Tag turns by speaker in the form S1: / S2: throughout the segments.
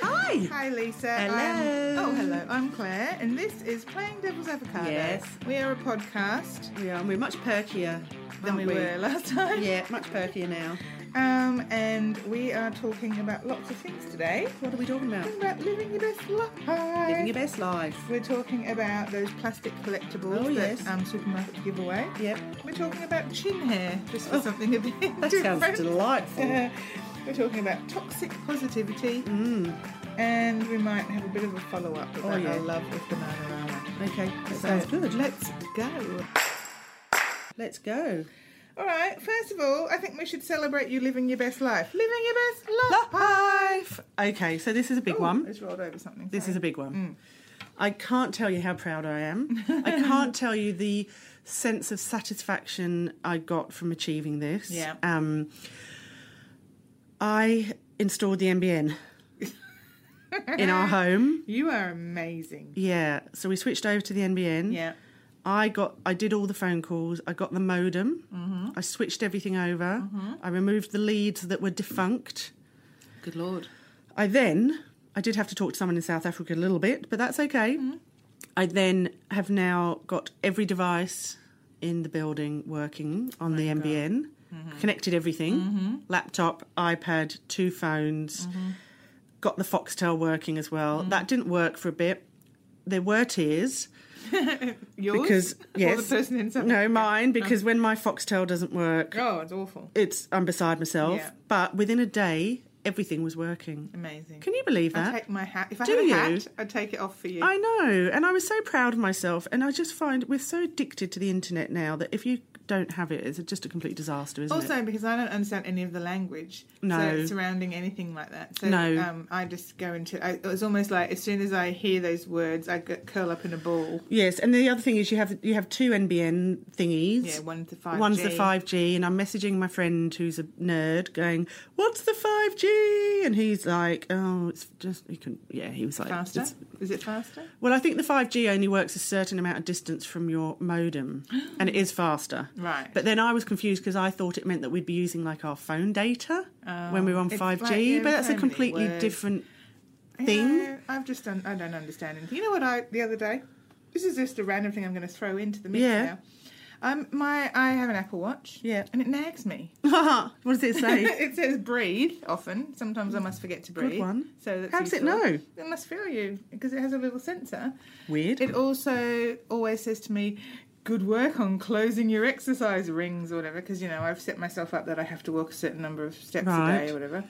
S1: Hi Lisa. I'm,
S2: Hello.
S1: oh, hello. I'm Claire, and this is Playing Devil's Avocado.
S2: Yes.
S1: We are a podcast
S2: We are. We're much perkier
S1: than we, were last time.
S2: Yeah, much perkier now.
S1: Um, and we are talking about lots of things today.
S2: What are we talking about?
S1: Talking about living your best life.
S2: Living your best life.
S1: We're talking about those plastic collectibles
S2: Oh,
S1: that
S2: yes.
S1: um, supermarkets give away.
S2: Yep.
S1: We're talking about chin hair, just for
S2: Oh,
S1: something a bit
S2: That
S1: different.
S2: sounds delightful.
S1: We're talking about toxic positivity,
S2: Mm.
S1: and we might have a bit of a follow up about
S2: Oh, yeah.
S1: our love with Bananarama.
S2: Okay, that
S1: So,
S2: sounds good.
S1: Let's go.
S2: Let's go.
S1: All right. First of all, I think we should celebrate you living your best life. Living your best life.
S2: Life. Okay, so this is a big
S1: Ooh,
S2: one.
S1: It's rolled over something.
S2: Um, This
S1: sorry.
S2: is a big
S1: Mm.
S2: one. I can't tell you how proud I am. I can't tell you the sense of satisfaction I got from achieving this.
S1: Yeah.
S2: Um, I installed the NBN in our home.
S1: You are amazing.
S2: Yeah, so we switched over to the NBN.
S1: Yeah.
S2: I got, I did all the phone calls. I got the modem.
S1: Mm-hmm.
S2: I switched everything over. I removed the leads that were defunct.
S1: Good lord.
S2: I then, I did have to talk to someone in South Africa a little bit, but that's okay. I then have now got every device in the building working on the MBN, connected everything laptop, iPad, two phones, got the Foxtel working as well. That didn't work for a bit. There were tears
S1: Yours?
S2: because yes,
S1: Or the person in South
S2: no,
S1: Africa?
S2: mine because when my Foxtel doesn't work,
S1: Oh, it's awful.
S2: it's I'm beside myself.
S1: Yeah.
S2: But within a day, everything was working.
S1: Amazing.
S2: Can you believe that?
S1: I take my hat. If I
S2: Do
S1: had a
S2: you?
S1: hat, I'd take it off for you.
S2: I know, and I was so proud of myself. And I just find we're so addicted to the internet now that if you don't have it, it's just a complete disaster, isn't it?
S1: also, because I don't understand any of the language
S2: No.
S1: so surrounding anything like that, so
S2: No.
S1: um, I just go into. I, it's almost like as soon as I hear those words, I get, curl up in a ball.
S2: Yes, and the other thing is you have you have two NBN thingies.
S1: Yeah, one to five.
S2: One's the 5G, and I'm messaging my friend who's a nerd, going, "What's the 5G?" And he's like, "Oh, it's just you can." Yeah, he was like,
S1: faster.
S2: "It's-
S1: Is it faster?
S2: Well, I think the 5G only works a certain amount of distance from your modem, and it is faster.
S1: Right.
S2: But then I was confused because I thought it meant that we'd be using like our phone data when we were on
S1: Oh. It's
S2: 5G,
S1: like, yeah,
S2: but that's
S1: so
S2: a
S1: many
S2: completely
S1: words.
S2: different.
S1: You
S2: thing.
S1: know, I've just done. I don't understand anything. You know what? I the other day. This is just a random thing I'm going to throw into the mix
S2: Yeah.
S1: now. Um, my I have an Apple Watch.
S2: Yeah.
S1: and it nags me.
S2: what does it say?
S1: it says breathe often. Sometimes I must forget to breathe.
S2: one.
S1: So that's
S2: How does it
S1: useful.
S2: know?
S1: It must feel you because it has a little sensor.
S2: Weird.
S1: It also always says to me, "Good work on closing your exercise rings or whatever," because you know I've set myself up that I have to walk a certain number of steps a
S2: Right.
S1: day or whatever.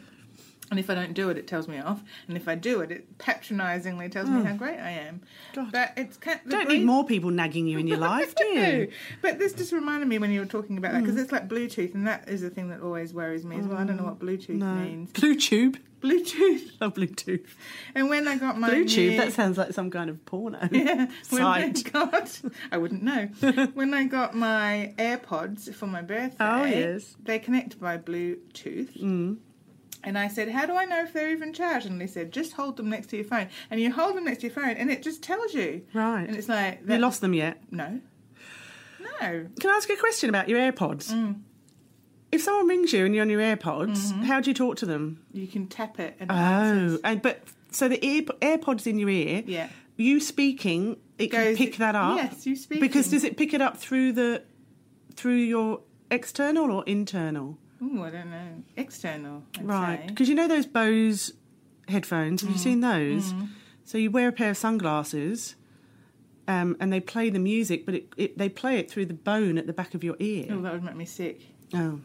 S1: And if I don't do it, it tells me off. And if I do it, it patronisingly tells me how great I am.
S2: Hmm. God.
S1: But it's kind the
S2: don't
S1: breathe-
S2: need more people nagging you in your life, do you? Hmm.
S1: but this just reminded me when you were talking about that because it's like Bluetooth, and that is the thing that always worries me as well. I
S2: Mm.
S1: don't know what Bluetooth means.
S2: Bluetooth.
S1: Bluetooth.
S2: Oh, Bluetooth.
S1: And when I got my
S2: Bluetooth.
S1: new-
S2: That sounds like some kind of porno
S1: yeah, when I
S2: site.
S1: got, I wouldn't know. when I got my AirPods for my birthday,
S2: Oh, yes. Mm.
S1: they connect by Bluetooth. And I said, "How do I know if they're even charged?" And they said, "Just hold them next to your phone." And you hold them next to your phone, and it just tells you.
S2: Right.
S1: And it's like
S2: You lost them yet?
S1: No, no.
S2: Can I ask you a question about your AirPods?
S1: Mm.
S2: If someone rings you and you're on your AirPods, how do you talk to them?
S1: You can tap Mm-hmm. it and
S2: Oh, and but so the ear, AirPods in your ear.
S1: Yeah.
S2: You speaking, it can
S1: Goes-
S2: pick that up.
S1: yes, you speaking.
S2: Because does it pick it up through the through your external or internal?
S1: Ooh, I don't know. External, I'd
S2: Right.
S1: say. Mm.
S2: Because you know those Bose headphones. Have you seen those?
S1: Mm-hmm.
S2: So you wear a pair of sunglasses. Um, and they play the music, but it, it, they play it through the bone at the back of your
S1: Oh,
S2: ear.
S1: that would make me sick.
S2: Oh,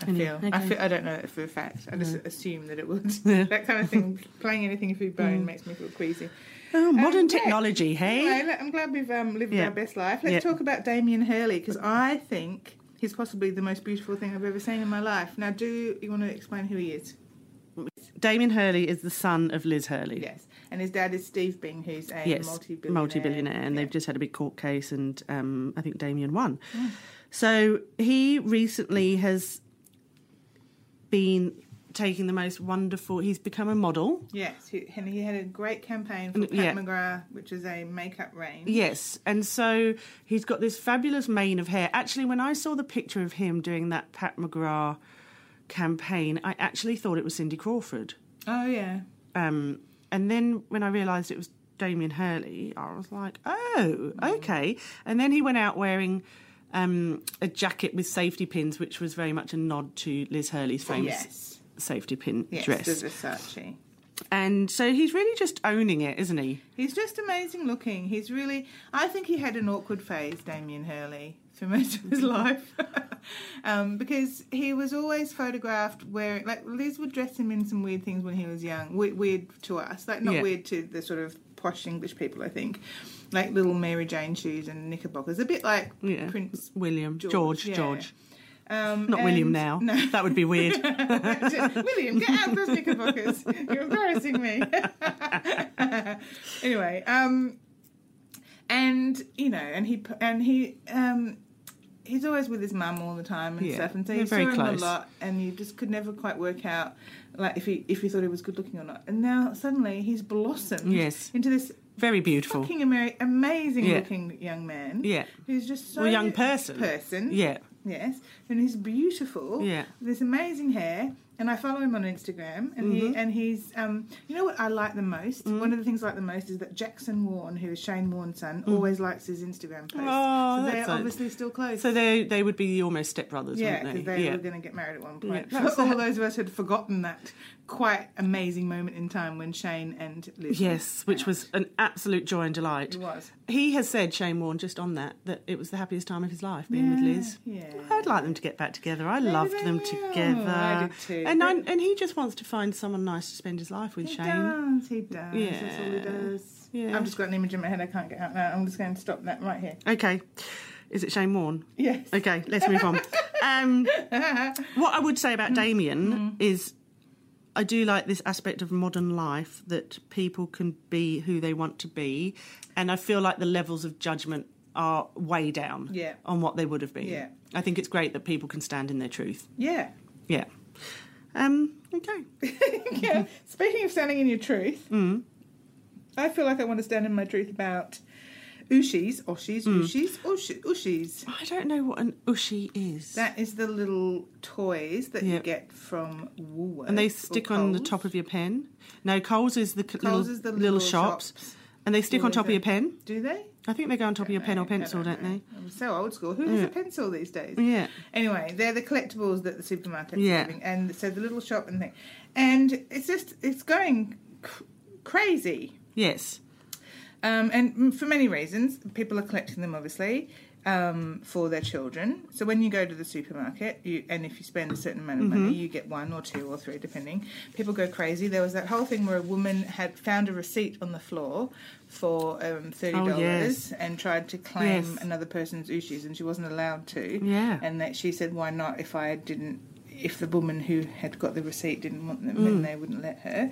S1: I
S2: Any-
S1: feel. I
S2: okay.
S1: feel. I don't know that for a fact. I just assume that it would.
S2: Yeah.
S1: that kind of thing. Playing anything through bone makes me feel queasy.
S2: oh modern
S1: Um, yeah.
S2: technology, Mm. hey?
S1: Anyway, look, I'm glad we've um, lived
S2: Yeah.
S1: our best life. Let's
S2: Yeah.
S1: talk about Damien Hurley because I think he's possibly the most beautiful thing I've ever seen in my life. Now, do you want to explain who he is?
S2: Damien Hurley is the son of Liz Hurley.
S1: Yes. And his dad is Steve Bing, who's a
S2: yes,
S1: multi-billionaire.
S2: and
S1: Yeah. Hmm.
S2: they've just had a big court case, and um, I think Damien won. So he recently has been taking the most wonderful. He's become a model.
S1: Yes, he, and he had a great campaign for Pat
S2: yeah.
S1: McGrath, which is a makeup range.
S2: Yes, and so he's got this fabulous mane of hair. Actually, when I saw the picture of him doing that Pat McGrath campaign, I actually thought it was Cindy Crawford.
S1: Oh yeah,
S2: Um, And then when I realised it was Damien Hurley, I was like, oh, okay. And then he went out wearing um, a jacket with safety pins, which was very much a nod to Liz Hurley's famous
S1: Yes.
S2: safety pin
S1: Yes,
S2: dress.
S1: the Versace.
S2: And so he's really just owning it, isn't he?
S1: He's just amazing looking. He's really. I think he had an awkward phase, Damien Hurley, for most of his life, um, because he was always photographed wearing. Like Liz would dress him in some weird things when he was young. Weird, weird to us, like not
S2: Yeah.
S1: weird to the sort of posh English people, I think. Like little Mary Jane shoes and knickerbockers, a bit like
S2: Yeah.
S1: Prince
S2: William,
S1: George.
S2: George, George.
S1: yeah. Um,
S2: Not William
S1: and-
S2: now.
S1: No.
S2: That would be weird.
S1: William, get out of those knickerbockers. You're embarrassing me. anyway, um, and you know, and he p- and he um, he's always with his mum all the time and
S2: Yeah,
S1: stuff, and so
S2: they're
S1: you saw
S2: very
S1: him
S2: close.
S1: a lot, and you just could never quite work out like if he if you thought he was good looking or not. And now suddenly he's blossomed
S2: Yes.
S1: into this
S2: Very beautiful.
S1: fucking Ameri- amazing
S2: Yeah.
S1: looking young man.
S2: Yeah.
S1: Who's just so
S2: Well, young person.
S1: person, Oh.
S2: Yeah.
S1: Yes, and he's beautiful.
S2: Yeah.
S1: with this amazing hair. And I follow him on Instagram, and
S2: Mm-hmm.
S1: he and he's um, you know what I like the most. One of the things I like the most is that Jackson Warren, who is Shane Warren's son, always likes his Instagram posts.
S2: Mm. Oh,
S1: so they're
S2: that's nice.
S1: obviously still close.
S2: So they they would be almost stepbrothers,
S1: yeah, because
S2: wouldn't
S1: they
S2: they?
S1: were going to get married at one point.
S2: Yeah, that's
S1: For all
S2: the-
S1: those of us who had forgotten that quite amazing moment in time when Shane and Liz.
S2: Yes, which was an absolute joy and delight.
S1: It was.
S2: He has said, Shane Warne, just on that, that it was the happiest time of his life being with Liz.
S1: Yeah.
S2: I'd like them to get back together. I loved
S1: they
S2: them
S1: will.
S2: together.
S1: I did too.
S2: And I,
S1: But-
S2: and he just wants to find someone nice to spend his life with,
S1: He
S2: Shane.
S1: does. He does. That's all he
S2: Yeah.
S1: does.
S2: Yeah.
S1: I've just got an image in my head. I can't get out now. I'm just going to stop that right here.
S2: Okay. Is it Shane Warne?
S1: Yes.
S2: Okay, let's move on. Um, what I would say about
S1: Mm-hmm.
S2: Damien is I do like this aspect of modern life that people can be who they want to be. And I feel like the levels of judgment are way down
S1: Yeah.
S2: on what they would have been.
S1: Yeah.
S2: I think it's great that people can stand in their truth.
S1: Yeah.
S2: Yeah. Um, okay.
S1: yeah. Speaking of standing in your truth,
S2: Mm.
S1: I feel like I want to stand in my truth about ushis, oshis,
S2: Mm.
S1: ushis, ush- ushis.
S2: I don't know what an ushi is.
S1: That is the little toys that you
S2: Yeah.
S1: get from Woolworths.
S2: and they
S1: or
S2: stick on the
S1: Coles.
S2: top of your pen. No, Coles is the, c-
S1: Coles
S2: little,
S1: is the
S2: little,
S1: little
S2: shops.
S1: shops.
S2: And they stick on
S1: Always
S2: top of
S1: there.
S2: your pen.
S1: Do they?
S2: I think they go on top of your pen or
S1: Don't know. I
S2: pencil, don't they?
S1: know. I'm so old school. Who has a pencil these days?
S2: Yeah.
S1: Anyway, they're the collectibles that the supermarket's
S2: Yeah.
S1: giving, and so the little shop and thing, and it's just it's going cr- crazy.
S2: Yes.
S1: Um, and m- for many reasons, people are collecting them obviously um, for their children. So when you go to the supermarket, you, and if you spend a certain amount of
S2: Mm-hmm.
S1: money, you get one or two or three, depending. People go crazy. There was that whole thing where a woman had found a receipt on the floor for um, thirty dollars
S2: Oh, yes.
S1: and tried to claim
S2: Yes.
S1: another person's ushis, and she wasn't allowed to.
S2: Yeah.
S1: and that she said, "Why not? If I didn't, if the woman who had got the receipt didn't want them,
S2: Mm.
S1: then they wouldn't let her."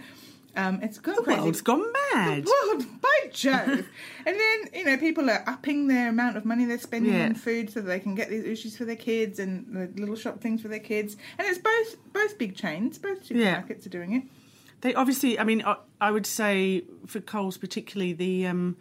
S1: Um, it's gone
S2: The
S1: crazy.
S2: world's gone mad.
S1: Well, by Jove! and then you know people are upping their amount of money they're spending
S2: Yeah.
S1: on food so that they can get these ushis for their kids and the little shop things for their kids. And it's both both big chains, both
S2: Yeah.
S1: supermarkets are doing it.
S2: They obviously, I mean, I, I would say for Coles particularly, the um,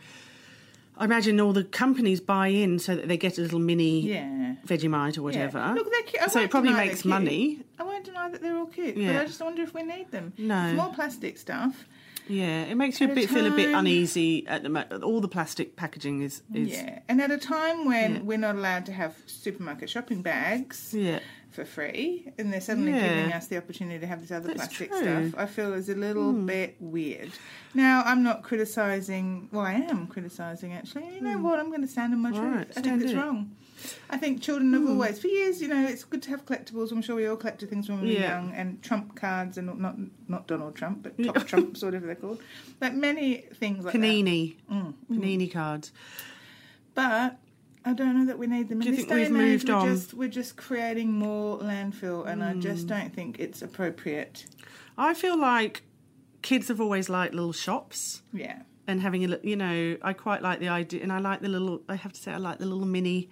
S2: I imagine all the companies buy in so that they get a little mini
S1: Yeah.
S2: Vegemite or
S1: Yeah.
S2: whatever.
S1: Look, they're cute. I
S2: so
S1: won't
S2: it probably
S1: deny
S2: makes
S1: they're cute.
S2: money.
S1: I won't deny that they're all cute,
S2: Yeah.
S1: but I just wonder if we need them.
S2: No.
S1: It's more plastic stuff.
S2: Yeah, it makes you
S1: At
S2: a
S1: a
S2: bit feel a bit
S1: time.
S2: uneasy at the mo- all the plastic packaging is is
S1: Yeah. And at a time when
S2: Yeah.
S1: we're not allowed to have supermarket shopping bags.
S2: yeah.
S1: for free, and they're suddenly
S2: Yeah.
S1: giving us the opportunity to have this other
S2: That's
S1: plastic
S2: true. Hmm.
S1: stuff. I feel is a little bit weird. Now, I'm not criticising. Well, I am criticising actually. You know what? I'm going to stand in my truth.
S2: Alright,
S1: I think
S2: Hmm. stand
S1: it's
S2: in it. Hmm.
S1: wrong. I think children have always, for years, you know, it's good to have collectibles. I'm sure we all collected things when we were
S2: Yeah.
S1: young, and Trump cards, and not not Donald Trump, but Top Trumps, whatever they're called. Like many things like that. Mm,
S2: Panini, Panini cards.
S1: But I don't know that we need them.
S2: Do
S1: In
S2: you
S1: this
S2: think
S1: day
S2: we've
S1: and age,
S2: moved
S1: we're
S2: on? Hmm.
S1: Just, we're just creating more landfill, and I just don't think it's appropriate.
S2: I feel like kids have always liked little shops.
S1: Yeah.
S2: and having a look you know i quite like the idea and i like the little i have to say i like the little mini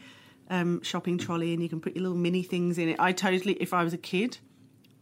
S2: um, shopping trolley and you can put your little mini things in it i totally if i was a kid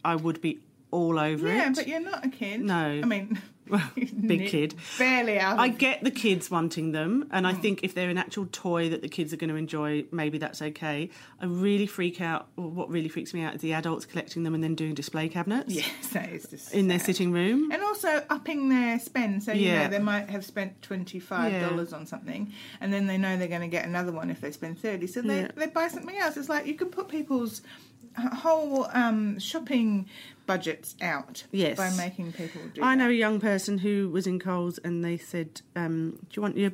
S2: i would be all over
S1: Yeah,
S2: it
S1: but you're not a kid.
S2: No.
S1: I mean,
S2: Well, big kid.
S1: Barely out.
S2: I
S1: I,
S2: get the kids wanting them, and I think if they're an actual toy that the kids are going to enjoy, maybe that's okay. I really freak out. Well, what really freaks me out is the adults collecting them and then doing display cabinets
S1: yes, that is just
S2: in their
S1: sad.
S2: sitting room.
S1: And also upping their spend. So, you
S2: Yeah.
S1: know, they might have spent $25 on something and then they know they're going to get another one if they spend 30 So they,
S2: Yeah.
S1: they buy something else. It's like you can put people's h- whole um, shopping budgets out
S2: Yes.
S1: by making people do
S2: I
S1: that.
S2: know a young person who was in Coles and they said, um, "Do you want your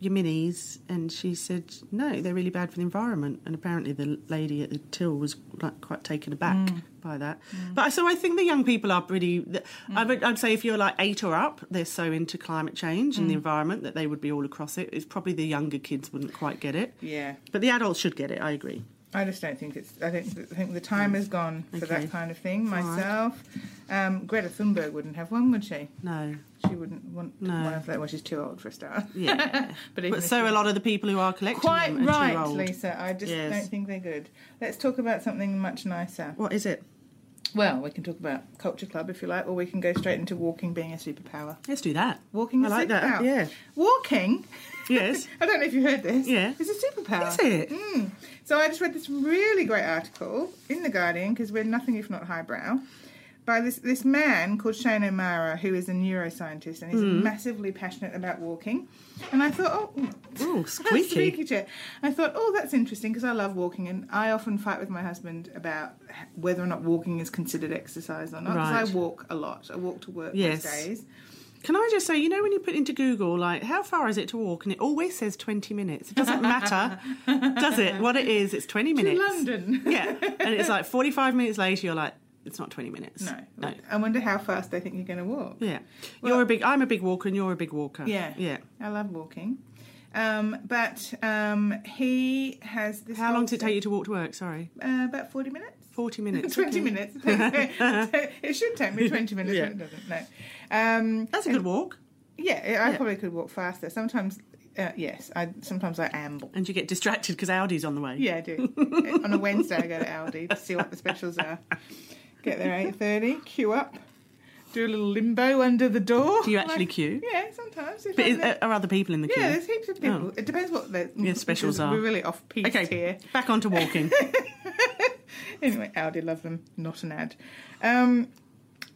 S2: your minis?" And she said, "No, they're really bad for the environment." And apparently, the lady at the till was like quite taken aback
S1: Mm.
S2: by that. But so I think the young people are pretty. th-
S1: Mm.
S2: I would I'd say if you're like eight or up, they're so into climate change and the
S1: Mm.
S2: environment that they would be all across it. It's probably the younger kids wouldn't quite get it,
S1: Yeah.
S2: but the adults should get it. I agree.
S1: I just don't think it's. I think I think the time is gone for
S2: Okay.
S1: that kind of thing.
S2: All right.
S1: Myself, um, Greta Thunberg wouldn't have one, would she?
S2: No,
S1: She wouldn't want
S2: No.
S1: one of that. Well, she's too old for a start.
S2: yeah.
S1: But, even
S2: but
S1: if
S2: so
S1: she-
S2: a lot of the people who are collecting
S1: quite
S2: them are too
S1: right,
S2: old.
S1: Lisa. I just
S2: Yes.
S1: don't think they're good. Let's talk about something much nicer.
S2: What is it?
S1: Well, we can talk about culture club if you like, or we can go straight into walking being a superpower.
S2: Let's do that.
S1: Walking
S2: I
S1: is a
S2: like that.
S1: superpower.
S2: Yeah.
S1: Walking.
S2: Yes.
S1: I don't know if you heard this.
S2: Yeah.
S1: It's a superpower.
S2: Is it?
S1: Mm. So I just read this really great article in The Guardian because we're nothing if not highbrow. By this, this man called Shane O'Mara, who is a neuroscientist and he's
S2: Hmm.
S1: massively passionate about walking. And I thought, oh,
S2: Oh,
S1: That's the
S2: squeaky.
S1: squeaky chair. I thought, oh, that's interesting because I love walking, and I often fight with my husband about h- whether or not walking is considered exercise or not. Because
S2: Right.
S1: I walk a lot. I walk to work
S2: Yes.
S1: most days.
S2: Can I just say, you know, when you put into Google, like, how far is it to walk? And it always says 20 minutes. It doesn't matter, does it? What it is, it's 20 minutes.
S1: To London.
S2: Yeah. And it's like 45 minutes later, you're like, it's not 20 minutes.
S1: No.
S2: No.
S1: I wonder how fast they think you're going to walk.
S2: Yeah.
S1: Well-
S2: you're a big, I'm a big walker and you're a big walker.
S1: Yeah.
S2: Yeah.
S1: I love walking. Um, but um, he has this.
S2: How
S1: whole
S2: long does it
S1: thing-
S2: take you to walk to work? Sorry.
S1: Uh, about 40 minutes.
S2: 40 minutes.
S1: 20
S2: okay.
S1: minutes. It, takes me- it should take me 20 minutes,
S2: Yeah.
S1: but it doesn't. No. Um,
S2: That's a good walk.
S1: yeah, I
S2: Yeah.
S1: probably could walk faster. Sometimes, uh, yes, I sometimes I amble.
S2: And you get distracted because Audi's on the way.
S1: Yeah, I do. On a Wednesday, I go to Aldi to see what the specials are. Get there eight thirty, queue up, do a little limbo under the door.
S2: Do you actually queue?
S1: Yeah, sometimes. if
S2: But
S1: I'm
S2: is,
S1: there-
S2: are other people in the queue?
S1: yeah, there's heaps of people.
S2: Oh.
S1: It depends what the
S2: Yeah, specials
S1: because
S2: are.
S1: We're really off piece
S2: Okay.
S1: here.
S2: Back onto walking.
S1: Anyway, Aldi love them. Not an ad. Um,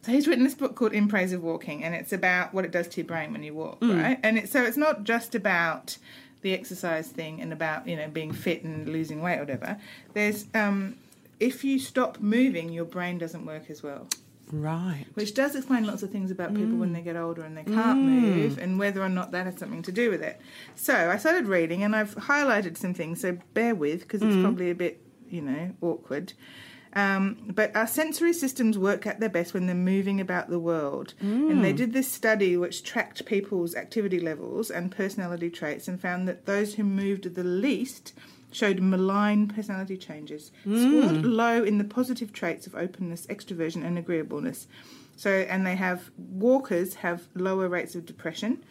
S1: so he's written this book called In Praise of Walking, and it's about what it does to your brain when you walk, right? And it, so it's not just about the exercise thing and about you know being fit and losing weight or whatever. There's um, if you stop moving, your brain doesn't work as well,
S2: right.
S1: which does explain lots of things about people when they get older and they can't move, and whether or not that has something to do with it. So I started reading, and I've highlighted some things. So bear with because it's probably a bit you know awkward. Um, but our sensory systems work at their best when they're moving about the world. And they did this study which tracked people's activity levels and personality traits and found that those who moved the least showed malign personality changes, scored low in the positive traits of openness, extroversion, and agreeableness. So, and they have walkers have lower rates of depression.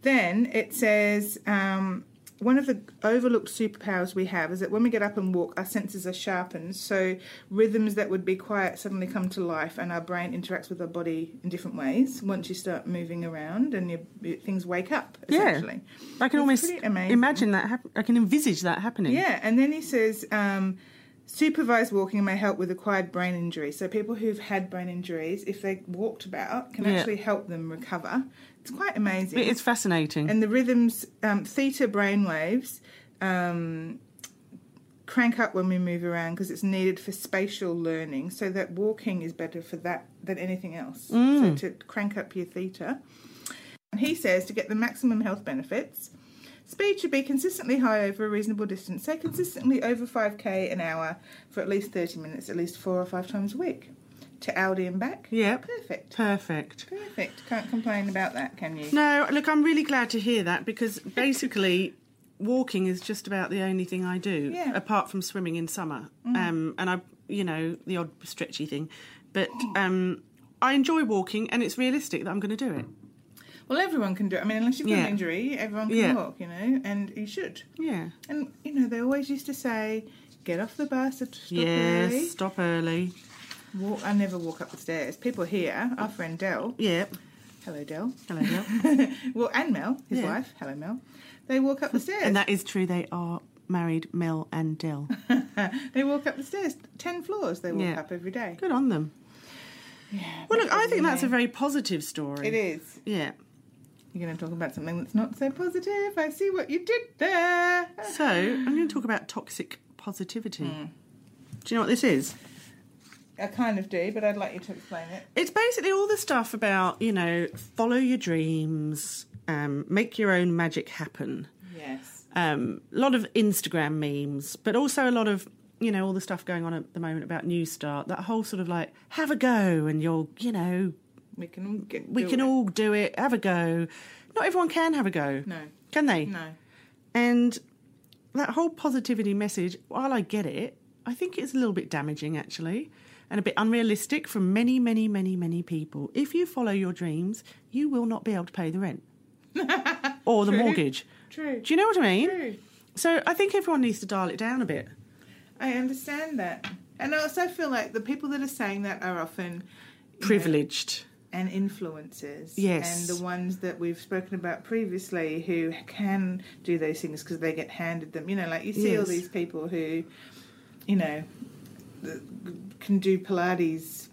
S1: Then it says um, one of the overlooked superpowers we have is that when we get up and walk, our senses are sharpened. So rhythms that would be quiet suddenly come to life, and our brain interacts with our body in different ways. Once you start moving around, and your, your things wake up
S2: Yeah.
S1: essentially.
S2: I can
S1: It's
S2: almost
S1: pretty amazing.
S2: imagine that. Hap- I can envisage that happening.
S1: Yeah, and then he says um, supervised walking may help with acquired brain injury. So people who've had brain injuries, if they walked about, can
S2: Yeah.
S1: actually help them recover. It's quite amazing.
S2: It is fascinating.
S1: and the rhythms um, theta brainwaves um, crank up when we move around because it's needed for spatial learning so that walking is better for that than anything else so to crank up your theta and he says to get the maximum health benefits speed should be consistently high over a reasonable distance say consistently over 5k an hour for at least 30 minutes at least four or five times a week to Aldi and back
S2: Yep.
S1: perfect
S2: Perfect.
S1: perfect can't complain about that can you
S2: No, look, I'm really glad to hear that because basically, walking is just about the only thing I do,
S1: Yeah. Mm.
S2: apart from swimming in summer. Um, and I, you know, the odd stretchy thing, but um, I enjoy walking, and it's realistic that I'm going to do it.
S1: Well, everyone can do it. I mean, unless you've got
S2: Yeah.
S1: an injury, everyone can
S2: Yeah.
S1: walk, you know, and you should.
S2: Yeah.
S1: And, you know, they always used to say, get off the bus at stop
S2: yes. Stop early.
S1: early. Walk. I never walk up the stairs. People here, our friend Dell,
S2: Yep.
S1: Hello, Dell.
S2: Hello, Dell.
S1: well, and Mel, his
S2: Yeah.
S1: wife. Hello, Mel. They walk up the stairs.
S2: and that is true. They are married, Mel and Dell.
S1: they walk up the stairs. Ten floors they walk
S2: Yeah.
S1: up every day.
S2: Good on them.
S1: Yeah, but
S2: Well, look, I think that's a
S1: yeah,
S2: very positive story.
S1: It is.
S2: Yeah.
S1: You're going to talk about something that's not so positive. I see what you did there.
S2: So I'm going to talk about toxic positivity.
S1: Hmm.
S2: Do you know what this is?
S1: I kind of do, but I'd like you to explain it.
S2: It's basically all the stuff about you know follow your dreams, um, make your own magic happen.
S1: Yes.
S2: um, a lot of Instagram memes, but also a lot of you know all the stuff going on at the moment about New Start. That whole sort of like have a go and you'll you know
S1: We can all get.
S2: we
S1: do
S2: can
S1: it.
S2: all do it. Have a go. Not everyone can have a go,
S1: No.
S2: can they?
S1: No.
S2: And that whole positivity message, while I get it, I think it's a little bit damaging actually, and a bit unrealistic from many, many, many, many people. If you follow your dreams, you will not be able to pay the rent or the
S1: True.
S2: mortgage.
S1: True.
S2: Do you know what I mean?
S1: True.
S2: So I think everyone needs to dial it down a bit.
S1: I understand that. And I also feel like the people that are saying that are often you know,
S2: Privileged.
S1: and influencers.
S2: Yes.
S1: And the ones that we've spoken about previously who can do those things because they get handed them. You know, like you see all
S2: Yes.
S1: these people who, you know, th- can do Pilates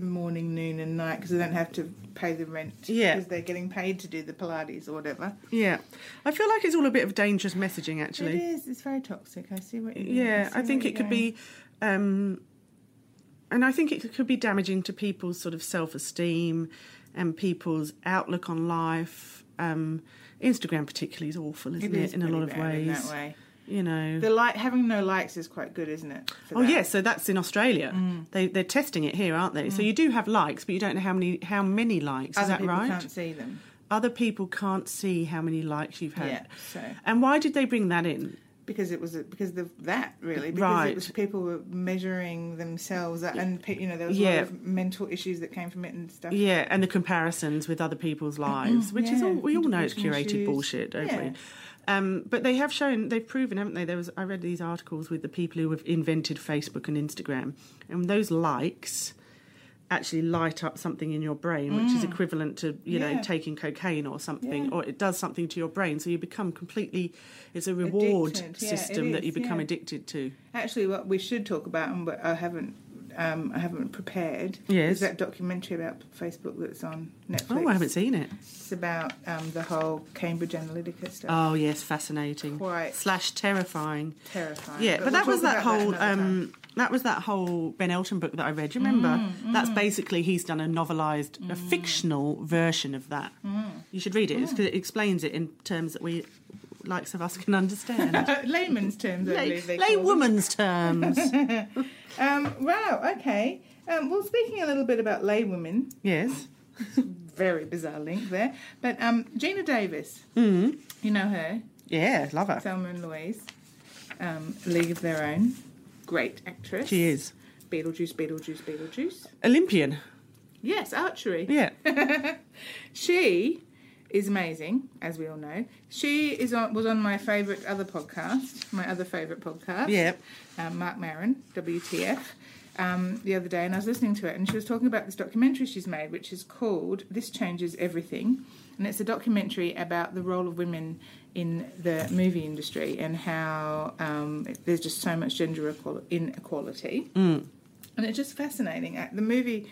S1: morning, noon, and night because they don't have to pay the rent.
S2: Yeah.
S1: Because they're getting paid to do the Pilates or whatever.
S2: Yeah. I feel like it's all a bit of dangerous messaging
S1: It
S2: actually.
S1: is. It's very toxic. I see what you
S2: Yeah, I
S1: see
S2: think
S1: where
S2: it
S1: you're
S2: could
S1: going.
S2: be um and I think it could be damaging to people's sort of self-esteem and people's outlook on life. Um Instagram particularly is awful, isn't it,
S1: is
S2: in a
S1: pretty
S2: lot of
S1: bad in that
S2: ways.
S1: way.
S2: You know.
S1: The like having no likes is quite good, isn't it? for
S2: Oh
S1: that? Mm.
S2: yes, so that's in Australia. They they're testing it here, aren't they? So you do have likes, but you don't know how many how many likes.
S1: Other
S2: is that
S1: people
S2: right?
S1: can't see them.
S2: Other people can't see how many likes you've had.
S1: Yeah. So
S2: And why did they bring that in?
S1: because it was because of that really because it
S2: Right.
S1: was people were measuring themselves and pe- you know there was a lot
S2: Yeah.
S1: of mental issues that came from it and stuff.
S2: Yeah, and the comparisons with other people's lives, which is
S1: Mm-hmm. yeah,
S2: all we all know it's
S1: integration
S2: curated
S1: issues.
S2: bullshit, don't
S1: Yeah.
S2: we? Um, but they have shown, they've proven, haven't they? There was I read these articles with the people who have invented Facebook and Instagram, and those likes actually light up something in your brain, which is equivalent to you
S1: Mm. Yeah.
S2: know taking cocaine or something,
S1: Yeah.
S2: or it does something to your brain, so you become completely. It's a reward
S1: Addicted. Yeah, it
S2: system that you
S1: is,
S2: become
S1: yeah.
S2: addicted to.
S1: Actually, what we should talk about and what I haven't um, I haven't prepared
S2: Yes.
S1: is that documentary about Facebook that's on Netflix.
S2: Oh, I haven't seen it.
S1: It's about um, the whole Cambridge Analytica stuff.
S2: Oh yes, fascinating.
S1: Quite.
S2: Slash terrifying.
S1: Terrifying.
S2: Yeah,
S1: we'll
S2: but, that was
S1: talk
S2: that
S1: about
S2: whole
S1: another time. Mm,
S2: um that was that whole Ben Elton book that I read. Do you remember? That's basically he's done a novelized, a fictional version of that.
S1: Mm.
S2: You should read it because it explains it in terms that we likes of us can understand.
S1: Uh, layman's terms. I
S2: lay,
S1: believe they
S2: lay
S1: call them.
S2: woman's terms.
S1: Um, wow. Okay. Um, well, speaking a little bit about lay women,
S2: yes.
S1: very bizarre link there. But um, Gina Davis,
S2: Mm.
S1: you know her,
S2: Yeah, love her.
S1: Selma and Louise, um, League of Their Own, great actress.
S2: She is
S1: Beetlejuice, Beetlejuice, Beetlejuice.
S2: Olympian.
S1: Yes, archery.
S2: Yeah.
S1: She is amazing, as we all know. She is on was on my favourite other podcast, my other favourite podcast.
S2: Yeah.
S1: um, Mark Maron, WTF, um, the other day, and I was listening to it, and she was talking about this documentary she's made, which is called "This Changes Everything," and it's a documentary about the role of women in the movie industry and how um, there's just so much gender equal- inequality, and it's just fascinating. Uh, The movie.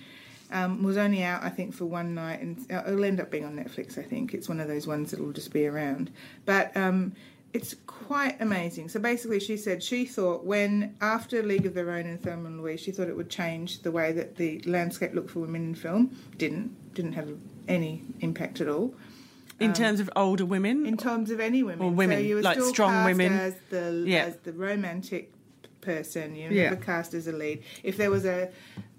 S1: Um, was only out, I think, for one night, and uh, it'll end up being on Netflix. I think it's one of those ones that'll just be around. But um, it's quite amazing. So basically, she said she thought when after League of Their Own and Thelma and Louise, she thought it would change the way that the landscape looked for women in film. Didn't didn't have any impact at all
S2: In terms of older women.
S1: in terms of any women.
S2: Or women,
S1: so you were
S2: like
S1: still
S2: strong
S1: cast
S2: women.
S1: as the
S2: Yeah.
S1: as the romantic person. You were
S2: Yeah.
S1: never cast as a lead. If there was a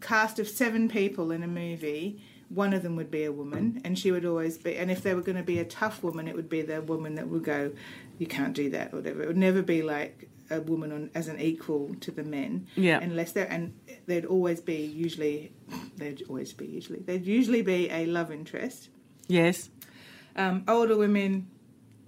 S1: cast of seven people in a movie. One of them would be a woman, and she would always be. And if they were going to be a tough woman, it would be the woman that would go, "You can't do that," or whatever. It would never be like a woman on, as an equal to the men,
S2: Yeah.
S1: Unless they're and there'd always be usually, there'd always be usually there'd usually be a love interest,
S2: yes.
S1: um, older women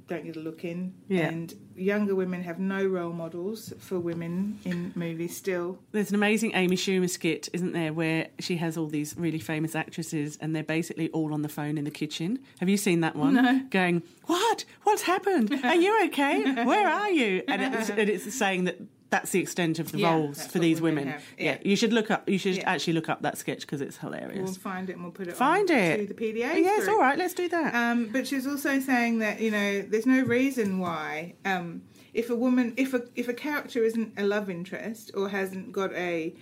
S1: don't get a look in.
S2: Yeah.
S1: And younger women have no role models for women in movies still.
S2: There's an amazing Amy Schumer skit, isn't there, where she has all these really famous actresses and they're basically all on the phone in the kitchen. Have you seen that one?
S1: No.
S2: Going, What? What's happened? Are you okay? Where are you? And it's, and it's saying that that's the extent of the
S1: Yeah,
S2: roles
S1: that's
S2: for
S1: what
S2: these
S1: women
S2: women.
S1: have.
S2: Yeah.
S1: Yeah.
S2: you should look up, you should
S1: Yeah.
S2: actually look up that sketch because it's hilarious.
S1: We'll find it and we'll put it
S2: Find
S1: on
S2: it.
S1: to the PDA.
S2: Oh, yes,
S1: group.
S2: all right, let's do that.
S1: Um, but she's also saying that you know there's no reason why um, if a woman if a if a character isn't a love interest or hasn't got a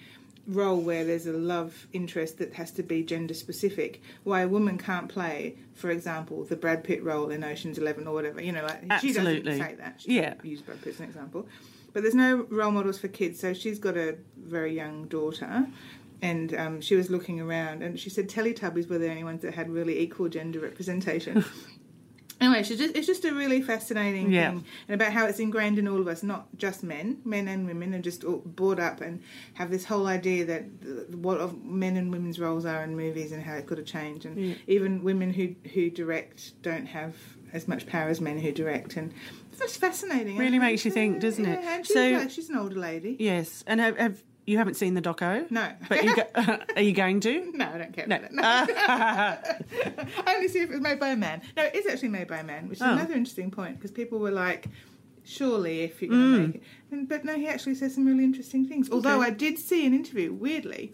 S1: role where there's a love interest that has to be gender specific, why a woman can't play, for example, the Brad Pitt role in Ocean's Eleven or whatever. You know, like she
S2: Absolutely.
S1: doesn't say that. She
S2: Yeah.
S1: use Brad Pitt as an example. But there's no role models for kids, so she's got a very young daughter. And um, she was looking around and she said Teletubbies were the only ones that had really equal gender representation. anyway, she's just, it's just a really fascinating
S2: Yeah.
S1: thing and about how it's ingrained in all of us, not just men. Men and women are just all brought up and have this whole idea that th- what of men and women's roles are in movies and how it could have changed. And
S2: Yeah.
S1: even women who, who direct don't have as much power as men who direct. And that's fascinating.
S2: Really
S1: I
S2: makes you think, doesn't it?
S1: Yeah, and she's,
S2: So-
S1: like, she's an older lady.
S2: yes, and have, have you haven't seen the doco?
S1: No.
S2: But you go, are you going to?
S1: No, I don't care
S2: No.
S1: about that. No. I only see if it was made by a man. No, it is actually made by a man, which is
S2: Oh.
S1: another interesting point because people were like, surely if you're going to make it. And, but no, he actually says some really interesting things. Although
S2: Hmm. Okay.
S1: I did see an interview, weirdly,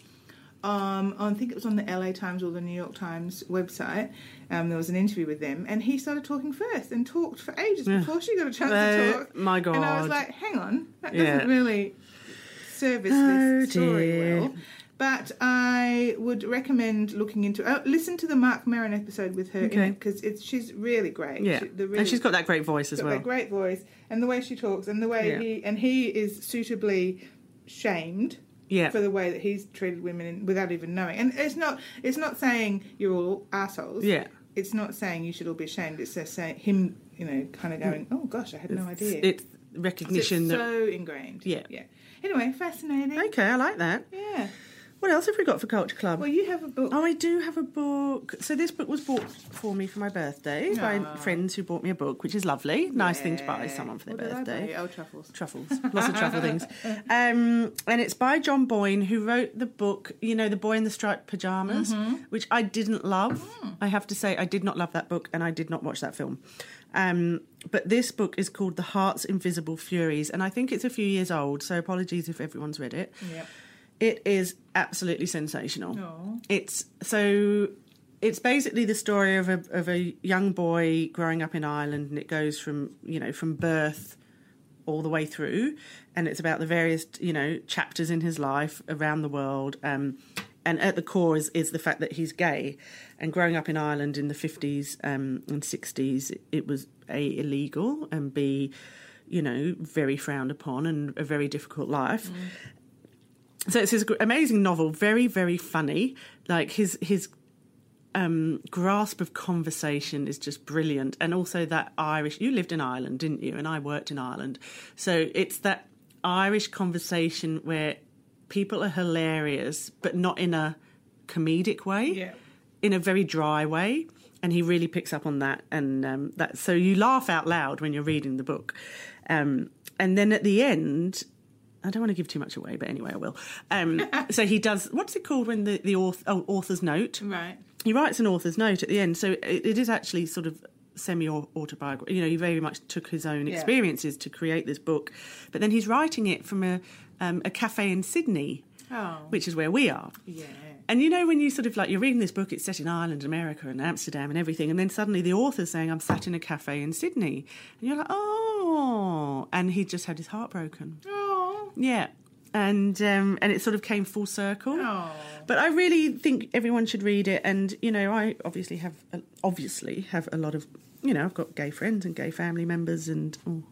S1: um, on- I think it was on the LA Times or the New York Times website. Um, there was an interview with them, and he started talking first and talked for ages
S2: Yeah.
S1: before she got a chance
S2: Oh,
S1: to talk.
S2: my God.
S1: And I was like, hang on, that
S2: Yeah.
S1: doesn't really service
S2: Oh,
S1: this story
S2: dear.
S1: well. But I would recommend looking into. Oh, listen to the Mark Maron episode with her
S2: Okay.
S1: because it's she's really great.
S2: Yeah.
S1: She- the really,
S2: and she's got that great voice as
S1: got
S2: well.
S1: that great voice and the way she talks and the way
S2: Yeah.
S1: he and he is suitably shamed
S2: Yeah.
S1: for the way that he's treated women in, without even knowing. And it's not it's not saying you're all assholes.
S2: Yeah.
S1: It's not saying you should all be ashamed. It's just saying him, you know, kind of going, oh gosh, I had no
S2: Mm. It's-
S1: idea.
S2: It's recognition
S1: it's
S2: that.
S1: so ingrained.
S2: Yeah.
S1: Yeah. Anyway, fascinating.
S2: Okay, I like that.
S1: Yeah.
S2: What else have we got for Culture Club?
S1: Well, you have a book.
S2: Oh, I do have a book. So this book was bought for me for my birthday by
S1: Ah.
S2: friends who bought me a book, which is lovely. Nice thing to buy someone for their
S1: What did I
S2: birthday.
S1: buy? Oh, truffles.
S2: Truffles, lots of truffle things. Um, and it's by John Boyne, who wrote the book, you know, The Boy in the Striped Pajamas, which I didn't love. I have to say, I did not love that book and I did not watch that film. Um, but this book is called The Heart's Invisible Furies, and I think it's a few years old, so apologies if everyone's read it.
S1: Yep.
S2: It is absolutely sensational.
S1: No.
S2: It's so it's basically the story of a of a young boy growing up in Ireland and it goes from, you know, from birth all the way through and it's about the various, you know, chapters in his life around the world um and at the core is, is the fact that he's gay and growing up in Ireland in the 50s um, and 60s it was a illegal and b you know very frowned upon and a very difficult life so it's his gr- amazing novel, very very funny. Like his his um, grasp of conversation is just brilliant, and also that Irish. You lived in Ireland, didn't you? And I worked in Ireland, so it's that Irish conversation where people are hilarious, but not in a comedic way
S1: Yeah.
S2: in a very dry way, and he really picks up on that. And um, that so you laugh out loud when you're reading the book, um, and then at the end, I don't want to give too much away, but anyway, I will. Um, so he does. What's it called when the the author, oh, author's note?
S1: Right.
S2: he writes an author's note at the end, so it, it is actually sort of semi autobiographical. You know, he very much took his own
S1: Yeah.
S2: experiences to create this book, but then he's writing it from a um, a cafe in Sydney,
S1: Oh.
S2: which is where we are.
S1: Yeah.
S2: And you know, when you sort of like, you're reading this book, it's set in Ireland, America, and Amsterdam, and everything, and then suddenly the author's saying, I'm sat in a cafe in Sydney. And you're like, oh. And he just had his heart broken.
S1: Oh.
S2: Yeah. And, um, and it sort of came full circle.
S1: Oh.
S2: But I really think everyone should read it. And, you know, I obviously have, obviously have a lot of, you know, I've got gay friends and gay family members, and, oh,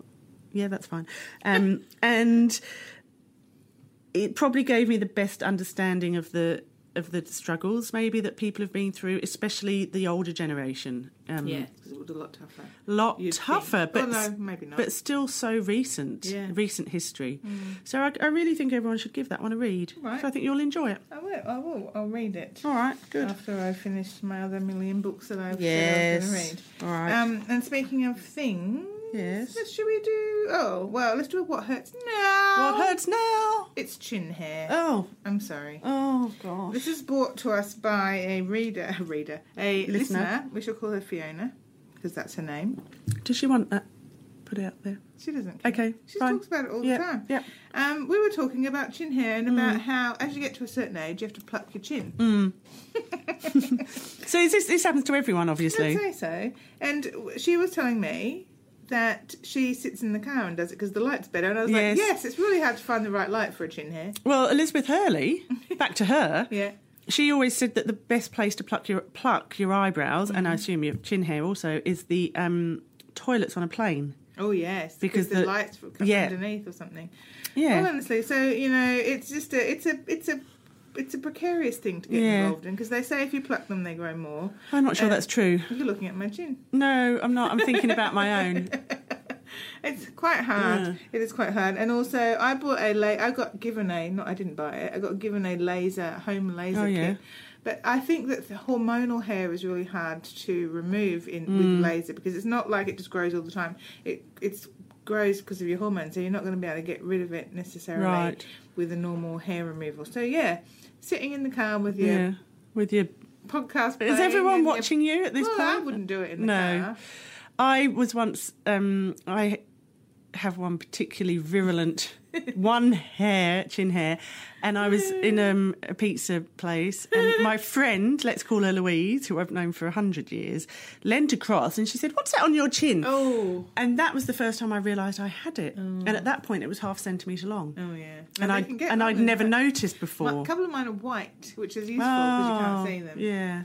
S2: yeah, that's fine. Um, and, it probably gave me the best understanding of the of the struggles maybe that people have been through, especially the older generation. Um,
S1: Yeah, 'cause it was a lot tougher.
S2: lot
S1: You'd think.
S2: tougher, but
S1: Although, maybe not.
S2: but still so recent,
S1: Yeah. Mm.
S2: recent history. So I, I really think everyone should give that one a read.
S1: Right.
S2: So I think you'll enjoy it.
S1: I will. I will. I'll read it
S2: All right, Oh, good.
S1: after I've finished my other million books that I've
S2: yes.
S1: said I was going to read.
S2: All right.
S1: Um, and speaking of things,
S2: Yes.
S1: let's- should we do? Oh well, let's do a what hurts now.
S2: what hurts now?
S1: It's chin hair.
S2: Oh,
S1: I'm sorry.
S2: oh gosh.
S1: This is brought to us by a reader, a reader, a
S2: Listener.
S1: listener. We shall call her Fiona because that's her name.
S2: Does she want that? Put it out there.
S1: She doesn't. Care.
S2: Okay.
S1: She
S2: fine.
S1: talks about it all
S2: yeah. Mm.
S1: the time.
S2: Yeah.
S1: Um, we were talking about chin hair and about how, as you get to a certain age, you have to pluck your chin.
S2: Mm. So is this this happens to everyone, obviously.
S1: I'd say so. And w- she was telling me that she sits in the car and does it because the light's better. And I was
S2: Yes.
S1: like, yes, it's really hard to find the right light for a chin hair.
S2: Well, Elizabeth Hurley, back to her.
S1: Yeah.
S2: She always said that the best place to pluck your pluck your eyebrows and I
S1: Mm-hmm.
S2: assume your chin hair also is the um, toilets on a plane.
S1: Oh yes,
S2: Because
S1: because, the,
S2: the-
S1: lights from come
S2: yeah.
S1: underneath or something.
S2: Yeah.
S1: Well, honestly, so you know, it's just a, it's a, it's a, it's a precarious thing to get
S2: Yeah.
S1: involved in because they say if you pluck them, they grow more.
S2: I'm not sure
S1: Uh,
S2: that's true.
S1: You're looking at my chin.
S2: No, I'm not. I'm thinking about my own.
S1: It's quite hard.
S2: Yeah.
S1: It is quite hard. And also, I bought a la- I got given a not I didn't buy it. I got given a laser home laser
S2: Oh, yeah.
S1: kit. But I think that the hormonal hair is really hard to remove in
S2: Mm.
S1: with laser because it's not like it just grows all the time. It it's grows because of your hormones, so you're not going to be able to get rid of it necessarily
S2: Right.
S1: with a normal hair removal. So yeah, sitting in the car with
S2: Yeah.
S1: your
S2: With your
S1: podcast.
S2: Is
S1: playing
S2: everyone
S1: and your-
S2: watching you at this
S1: Well, I
S2: point?
S1: wouldn't do it in the
S2: No.
S1: car.
S2: I was once um I have one particularly virulent one hair, chin hair, and I was in um, a pizza place and my friend, let's call her Louise, who I've known for a hundred years, leant across and she said, What's that on your chin?
S1: Oh,
S2: And that was the first time I realised I had it. And at that point it was half centimetre long.
S1: oh yeah.
S2: And
S1: they
S2: I
S1: can get
S2: and I'd
S1: longer,
S2: never
S1: can't they?
S2: noticed before.
S1: Well, a couple of mine are white, which is useful because you can't
S2: Oh,
S1: see them.
S2: Yeah.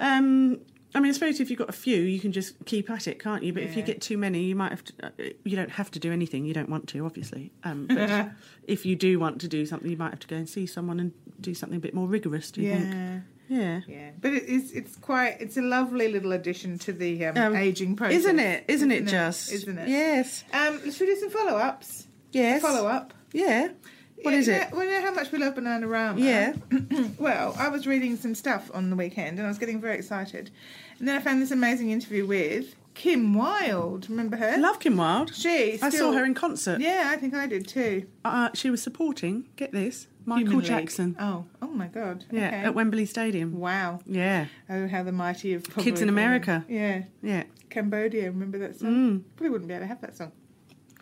S2: Um, I mean, I suppose if you've got a few, you can just keep at it, can't you? But if you
S1: Yeah.
S2: get too many, you might have to. uh, You don't have to do anything. You don't want to, obviously. Um, but if you do want to do something, you might have to go and see someone and do something a bit more rigorous. Do you think?
S1: Yeah.
S2: Yeah.
S1: Yeah, but it is, it's quite, it's a lovely little addition to the um,
S2: Um,
S1: aging process.
S2: Isn't it? Isn't it
S1: Isn't it?
S2: just?
S1: Isn't it?
S2: Yes.
S1: Um, should we do some follow ups?
S2: Yes.
S1: Follow up.
S2: Yeah. What is it?
S1: Well, you know how much we love Banana Rama.
S2: Yeah.
S1: well, I was reading some stuff on the weekend and I was getting very excited. And then I found this amazing interview with Kim Wilde. Remember her?
S2: I love Kim Wilde.
S1: she.
S2: I saw
S1: still-
S2: her in concert.
S1: Yeah, I think I did too.
S2: Uh, she was supporting. Get this, Michael
S1: Human League.
S2: Jackson.
S1: Oh, oh my God.
S2: Yeah,
S1: Okay.
S2: at Wembley Stadium.
S1: wow.
S2: Yeah.
S1: Oh, how the mighty of probably
S2: Kids in America. Mm.
S1: Yeah,
S2: Yeah.
S1: Cambodia. Remember that song? Probably wouldn't be able to have that song.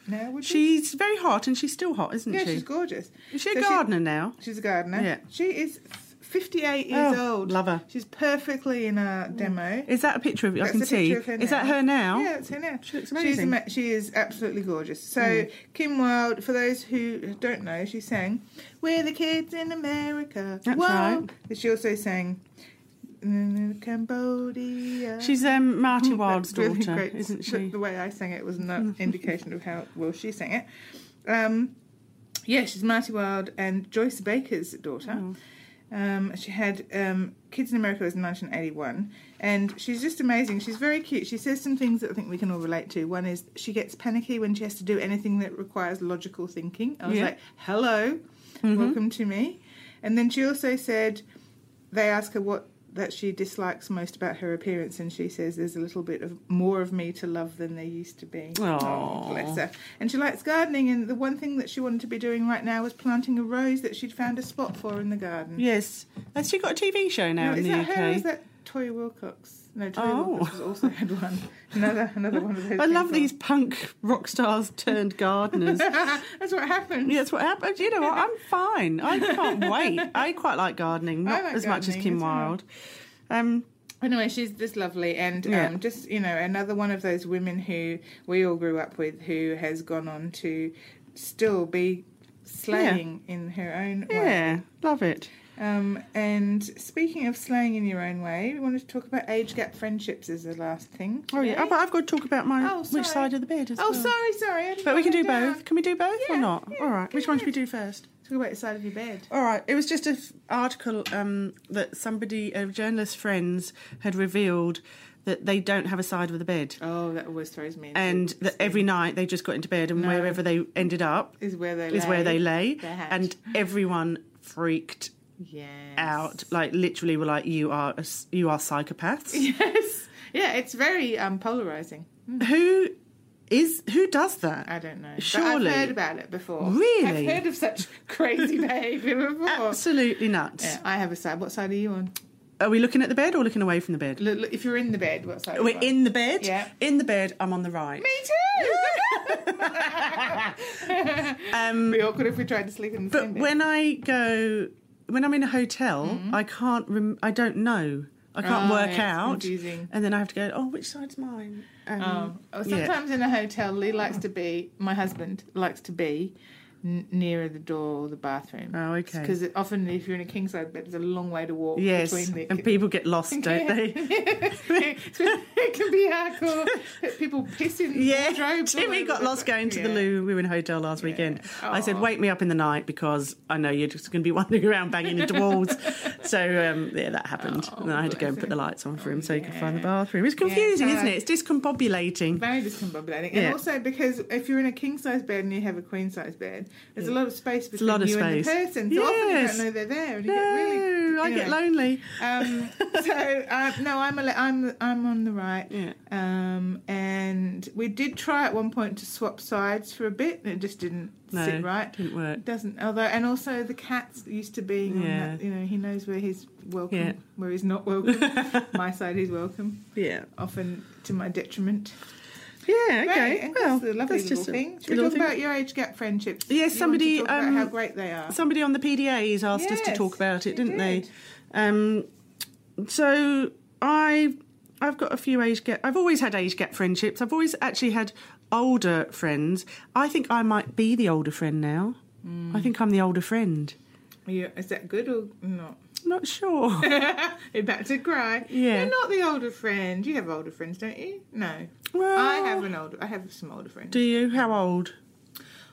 S1: No, would you?
S2: She's very hot and she's still hot, isn't
S1: Yeah,
S2: she?
S1: she's gorgeous.
S2: Is she a
S1: So she-
S2: gardener now?
S1: She's a gardener.
S2: Yeah.
S1: She is f- 58 years
S2: Oh,
S1: old.
S2: love her.
S1: She's perfectly in our demo.
S2: Is that a picture of you? I
S1: That's
S2: can
S1: a picture
S2: see.
S1: of her
S2: Is that
S1: now.
S2: her now?
S1: Yeah, it's her now.
S2: She looks
S1: She's
S2: amazing. Mm.
S1: ama- she is absolutely gorgeous. So, Kim Wilde, for those who don't know, she sang We're the Kids in America.
S2: That's
S1: Wow.
S2: right.
S1: But she also sang "Mm, Cambodia.
S2: She's um, Marty Wilde's
S1: That's Mm, really
S2: daughter,
S1: great.
S2: isn't
S1: The-
S2: she?
S1: The way I sang it was no indication of how well she sang it. Um, yeah, she's Marty Wilde and Joyce Baker's daughter.
S2: Mm.
S1: Um, she had um, Kids in America was in 1981, and she's just amazing. She's very cute. She says some things that I think we can all relate to. One is she gets panicky when she has to do anything that requires logical thinking. I was
S2: Yeah.
S1: like, "Hello,
S2: Mm-hmm.
S1: welcome to me." And then she also said, they ask her what that she dislikes most about her appearance, and she says there's a little bit of more of me to love than there used to be.
S2: Aw.
S1: Oh, bless her. And she likes gardening, and the one thing that she wanted to be doing right now was planting a rose that she'd found a spot for in the garden.
S2: Yes. Has she got a TV show now
S1: Now,
S2: in
S1: is
S2: the
S1: that
S2: UK?
S1: her? Or is that Toya Wilcox? No, Toya
S2: Oh.
S1: Wilcox has also had one. Another, another one of those.
S2: I love
S1: people.
S2: these punk rock stars turned gardeners.
S1: That's what happened.
S2: Yeah, that's what happened. You know what? I'm fine. I can't wait. I quite like gardening,
S1: I
S2: not
S1: like
S2: as much as
S1: gardening
S2: Kim
S1: as well.
S2: Wilde. Um,
S1: Anyway, she's just lovely, and
S2: Yeah.
S1: um, just you know, another one of those women who we all grew up with, who has gone on to still be slaying in her own way.
S2: yeah, love it.
S1: Um, and speaking of slaying in your own way, we wanted to talk about age gap friendships as the last thing.
S2: Oh yeah,
S1: today.
S2: oh, but I've got to talk about my
S1: Oh,
S2: which
S1: sorry.
S2: side of the bed. As
S1: Oh,
S2: well.
S1: sorry, sorry. I didn't
S2: But we can
S1: write
S2: do
S1: that down.
S2: both. Can we do both
S1: Yeah,
S2: or not?
S1: yeah,
S2: All right. Which one should we do first?
S1: Talk about the side of your bed.
S2: All right. It was just an article um, that somebody, a journalist's friends, had revealed that they don't have a side of the bed,
S1: Oh, that always throws me. Into
S2: and that every night they just got into bed and
S1: No.
S2: wherever they ended up
S1: is where they
S2: is
S1: lay
S2: where they lay,
S1: their hat.
S2: and everyone freaked
S1: yes.
S2: out. Like literally, were like, "You are a s you are psychopaths."
S1: Yes. Yeah, it's very um, polarizing.
S2: who is who does that?
S1: Mm-hmm. I don't know.
S2: Surely.
S1: But I've heard about it before.
S2: Really?
S1: I've heard of such crazy behaviour before.
S2: Absolutely nuts.
S1: Yeah, I have a side. What side are you on?
S2: Are we looking at the bed or looking away from the bed?
S1: Look, look, if you're in the bed, what side? are you
S2: We're
S1: on?
S2: in the bed.
S1: Yeah.
S2: In the bed, I'm on the right.
S1: Me too.
S2: Um,
S1: Be awkward if we tried to sleep in the
S2: but
S1: same bed.
S2: when I go, when I'm in a hotel,
S1: Mm-hmm.
S2: I can't. Rem- I don't know. I can't
S1: Oh,
S2: work
S1: yeah, it's
S2: out.
S1: confusing.
S2: And then I have to go. Oh, which side's mine? Um,
S1: Um, oh,
S2: yeah.
S1: sometimes in a hotel, Lee likes to be. My husband likes to be n- nearer the door or the bathroom.
S2: Oh, okay.
S1: Because often, if you're in a king size bed, there's a long way to walk
S2: Yes,
S1: between the.
S2: and people get lost, don't they?
S1: it can be hardcore. People piss in the
S2: Yeah,
S1: wardrobe. all
S2: Timmy
S1: over
S2: got
S1: the-
S2: lost going to the
S1: Yeah.
S2: loo. We were in a hotel last weekend. I said,
S1: Aw.
S2: "Wake me up in the night because I know you're just going to be wandering around banging into walls." so um, yeah, that happened.
S1: Oh,
S2: and then I had to go and
S1: bless
S2: put the lights on for him so he could find the
S1: yeah.
S2: bathroom. It's
S1: Yeah, it's
S2: confusing, isn't
S1: hard.
S2: it? It's discombobulating.
S1: Very discombobulating, and
S2: Yeah.
S1: also because if you're in a king size bed and you have a queen size bed, there's a lot of space
S2: a
S1: between
S2: lot of
S1: you and the
S2: space.
S1: person. So often you
S2: Yes.
S1: don't know they're there, and you
S2: No,
S1: get really.
S2: I get
S1: anyway.
S2: lonely.
S1: Um, so uh, no, I'm a le- I'm I'm on the right.
S2: Yeah.
S1: Um, and we did try at one point to swap sides for a bit, and it just didn't
S2: No,
S1: sit right.
S2: didn't work.
S1: It doesn't. Although, and also the cat's used to being.
S2: Yeah.
S1: On that, you know, he knows where he's welcome,
S2: Yeah.
S1: where he's not welcome. my side, he's welcome.
S2: Yeah,
S1: Often to my detriment.
S2: yeah,
S1: Right,
S2: okay.
S1: and
S2: Well,
S1: that's a lovely
S2: that's
S1: little
S2: just a
S1: thing. Should we
S2: little
S1: talk
S2: thing.
S1: about your age gap friendships?
S2: Yes,
S1: You
S2: somebody,
S1: want to talk about
S2: um,
S1: how great they are.
S2: Somebody on the PDAs asked us to
S1: Yes,
S2: talk about
S1: they
S2: it, didn't
S1: did.
S2: they? Um, so I, I've got a few age gap. I've always had age gap friendships. I've always actually had older friends. I think I might be the older friend now.
S1: Mm.
S2: I think I'm the older friend.
S1: Are you- is that good or not?
S2: I'm not sure.
S1: You're about to cry.
S2: Yeah.
S1: You're not the older friend. You have older friends, don't you? No.
S2: Well,
S1: I have an older. I have some older friends.
S2: Do you? How old?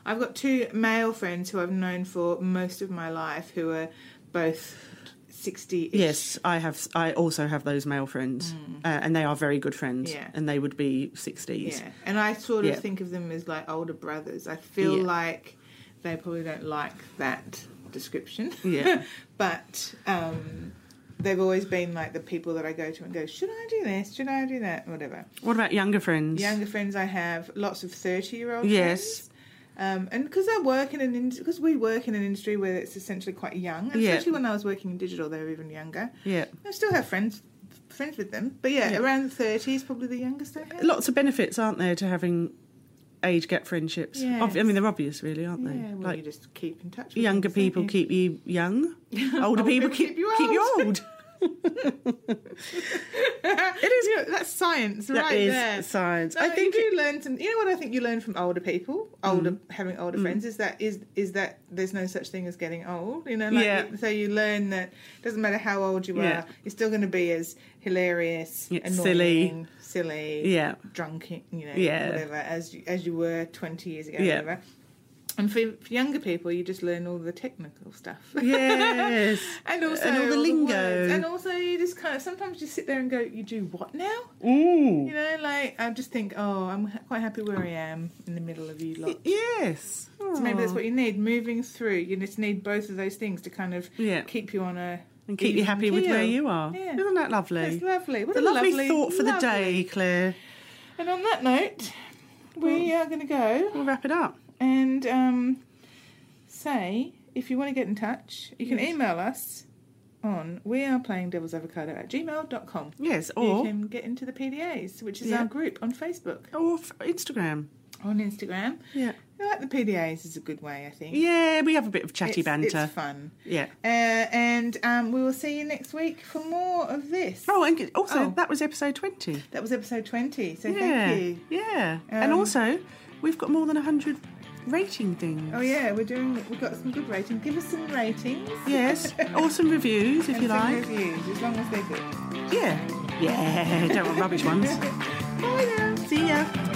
S1: I've got two male friends who I've known for most of my life, who are both sixty.
S2: Yes, I have. I also have those male friends, uh, and they are very good friends.
S1: Mm. Yeah.
S2: and they would be sixties.
S1: Yeah. And I sort of
S2: Yeah.
S1: think of them as like older brothers. I feel
S2: Yeah.
S1: like they probably don't like that description.
S2: Yeah.
S1: but um, they've always been like the people that I go to and go, should I do this? Should I do that? Whatever.
S2: What about younger friends?
S1: Younger friends I have, lots of 30 year old
S2: Yes.
S1: friends. Um, and because I work in an industry, because we work in an industry where it's essentially quite young, and
S2: Yeah.
S1: especially when I was working in digital, they were even younger.
S2: Yeah.
S1: I still have friends friends with them, but yeah,
S2: Yeah.
S1: around thirty is probably the youngest I have.
S2: lots of benefits, aren't there, to having age gap friendships?
S1: Yes.
S2: Obvi- I mean, they're obvious, really, aren't they?
S1: Yeah, well, you
S2: like
S1: just keep in touch. With
S2: younger
S1: things, don't
S2: people
S1: you?
S2: keep you young, older, people, keep, keep you old.
S1: it is that's science,
S2: that
S1: right
S2: is
S1: there.
S2: science.
S1: No,
S2: I think. Mm.
S1: you do learn some. You know what I think you learn from older people, older having older friends is that is is that there's no such thing as getting old. You know, like,
S2: Yeah.
S1: you- so you learn that it doesn't matter how old you
S2: Yeah.
S1: are, you're still going to be as hilarious,
S2: Yeah, silly.
S1: annoying, silly,
S2: yeah,
S1: drunk, you know,
S2: Yeah.
S1: whatever, as you, as you were 20 years ago,
S2: Yeah.
S1: whatever. And for, for younger people, you just learn all the technical stuff.
S2: Yes.
S1: and also
S2: And all the lingo.
S1: words. and also, you just kind of sometimes you sit there and go, "You do what now?" You
S2: ooh,
S1: know, like I just think, "Oh, I'm ha- quite happy where I am in the middle of you lot."
S2: yes. Oh.
S1: So maybe that's
S2: Aw.
S1: what you need. Moving through, you just need both of those things to kind of
S2: Yeah.
S1: keep you on a
S2: and keep you
S1: even
S2: happy with where
S1: keel.
S2: you are.
S1: Yeah.
S2: Isn't that lovely?
S1: That's lovely. What a
S2: the lovely, thought for
S1: lovely-
S2: the day, Claire.
S1: And on that note, we are going to go.
S2: We'll wrap it up.
S1: and um, say if you want to get in touch, you can email us on we are playing devil's avocado at gmail.com.
S2: Yes,
S1: you
S2: or
S1: can get into the PDAs, which is
S2: Yeah.
S1: our group on Facebook,
S2: or f- Instagram.
S1: on Instagram.
S2: Yeah,
S1: I like the PDAs is a good way, I think.
S2: yeah. We have a bit of chatty
S1: It's-
S2: banter.
S1: It's fun.
S2: yeah.
S1: Uh, and um, we will see you next week for more of this.
S2: Oh, and also
S1: Oh.
S2: that was episode twenty.
S1: That was episode 20, so
S2: yeah.
S1: thank you.
S2: Yeah. and
S1: Um,
S2: also, we've got more than 100 rating things.
S1: Oh yeah, we're doing. We've got some good ratings. Give us some ratings.
S2: Yes, awesome reviews if
S1: and
S2: you
S1: some
S2: like.
S1: reviews, as long as they're good.
S2: Yeah. Yeah, don't want rubbish ones.
S1: Bye now.
S2: See ya.